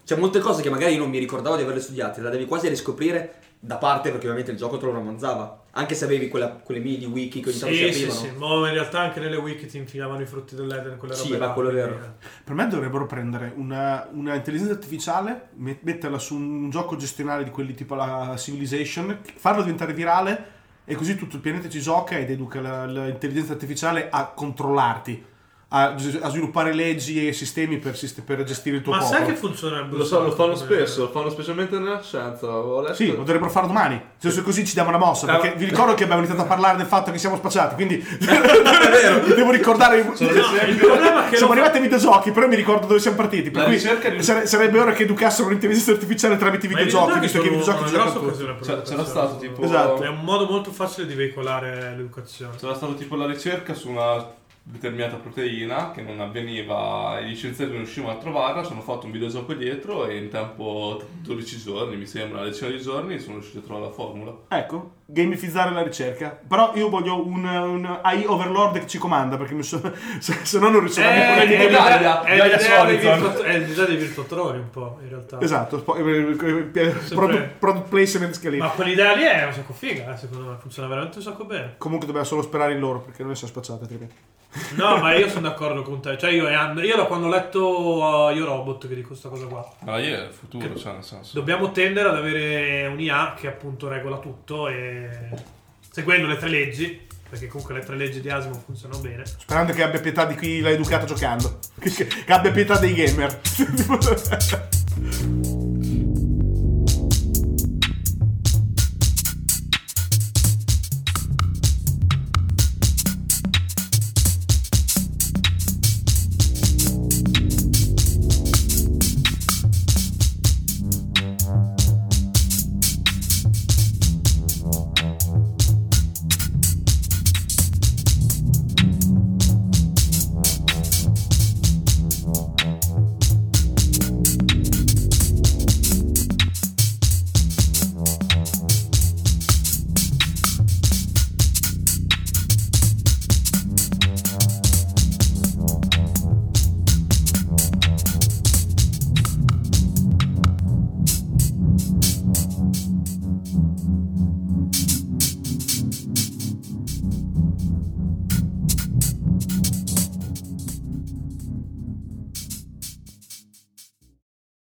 Speaker 4: Cioè, molte cose che magari io non mi ricordavo di averle studiate, la devi quasi riscoprire da parte perché ovviamente il gioco te lo romanzava. Anche se avevi quella- quelle mini wiki che ogni tanto si
Speaker 3: Sì, sì,
Speaker 4: aprivano.
Speaker 3: sì, ma in realtà anche nelle wiki ti infilavano i frutti dell'Eden, quelle
Speaker 4: Sì,
Speaker 3: robe
Speaker 4: ma
Speaker 3: là,
Speaker 4: quello è
Speaker 3: quindi,
Speaker 4: vero.
Speaker 3: eh.
Speaker 2: Per me dovrebbero prendere una, una intelligenza artificiale, met- metterla su un gioco gestionale di quelli tipo la Civilization, farlo diventare virale e così tutto il pianeta ci gioca ed educa la- l'intelligenza artificiale a controllarti, a, a sviluppare leggi e sistemi per, sist- per gestire il tuo
Speaker 3: Ma
Speaker 2: popolo.
Speaker 3: sai che funzionerebbe?
Speaker 1: Lo, so, lo fanno
Speaker 3: come-
Speaker 1: spesso, lo fanno specialmente nella scienza. avevo letto.
Speaker 2: Sì, lo dovrebbero fare domani. Nel senso così ci diamo una mossa. Perché vi ricordo che abbiamo iniziato a parlare del fatto che siamo spacciati. Quindi devo ricordare.
Speaker 3: No, il problema è che
Speaker 2: Siamo
Speaker 3: lo-
Speaker 2: arrivati ai videogiochi, però mi ricordo dove siamo partiti. Per
Speaker 1: La
Speaker 2: cui
Speaker 1: ricerca di-
Speaker 2: sare- sarebbe ora che educassero l'intelligenza artificiale tramite i
Speaker 3: Ma i
Speaker 2: videogiochi, visto che i
Speaker 3: sono
Speaker 2: videogiochi
Speaker 3: una
Speaker 2: ci giocano
Speaker 3: grossa
Speaker 2: tutti.
Speaker 3: occasione per
Speaker 1: C'era- Cioè, c'era
Speaker 3: l'educazione.
Speaker 1: stato tipo.
Speaker 2: Esatto.
Speaker 3: È un modo molto facile di veicolare l'educazione.
Speaker 1: C'era stato tipo la ricerca su una determinata proteina che non avveniva e gli scienziati non riuscivano a trovarla, ci hanno fatto un videogioco dietro e in tempo 12 giorni, mi sembra, una decina di giorni sono riusciti a trovare la formula.
Speaker 2: Ecco, gamifizzare la ricerca. Però io voglio un, un AI overlord che ci comanda, perché mi so- se, se no non riusciamo a
Speaker 1: Eh,
Speaker 3: è
Speaker 1: tipo Gaia,
Speaker 3: l'idea- è
Speaker 1: Gaia
Speaker 3: l'idea dei
Speaker 1: Solizon.
Speaker 3: virtu- è l'idea dei virtuotroni un po' in realtà.
Speaker 2: Esatto, spo- eh, eh, eh, product, product placement scalino.
Speaker 3: Ma quell'idea lì è un sacco figa, eh, secondo me funziona veramente un sacco bene.
Speaker 2: Comunque dobbiamo solo sperare in loro, perché noi siamo spacciati altrimenti.
Speaker 3: No, ma io sono d'accordo con te. Cioè, io, e And- io da quando ho letto uh, Io Robot che dico questa cosa qua.
Speaker 1: Ma io è il futuro, cioè nel senso.
Speaker 3: Dobbiamo tendere ad avere un'IA che appunto regola tutto e seguendo le tre leggi, perché comunque le tre leggi di Asimo funzionano bene.
Speaker 2: Sperando che abbia pietà di chi l'ha educato giocando. Che, che- che abbia pietà dei gamer.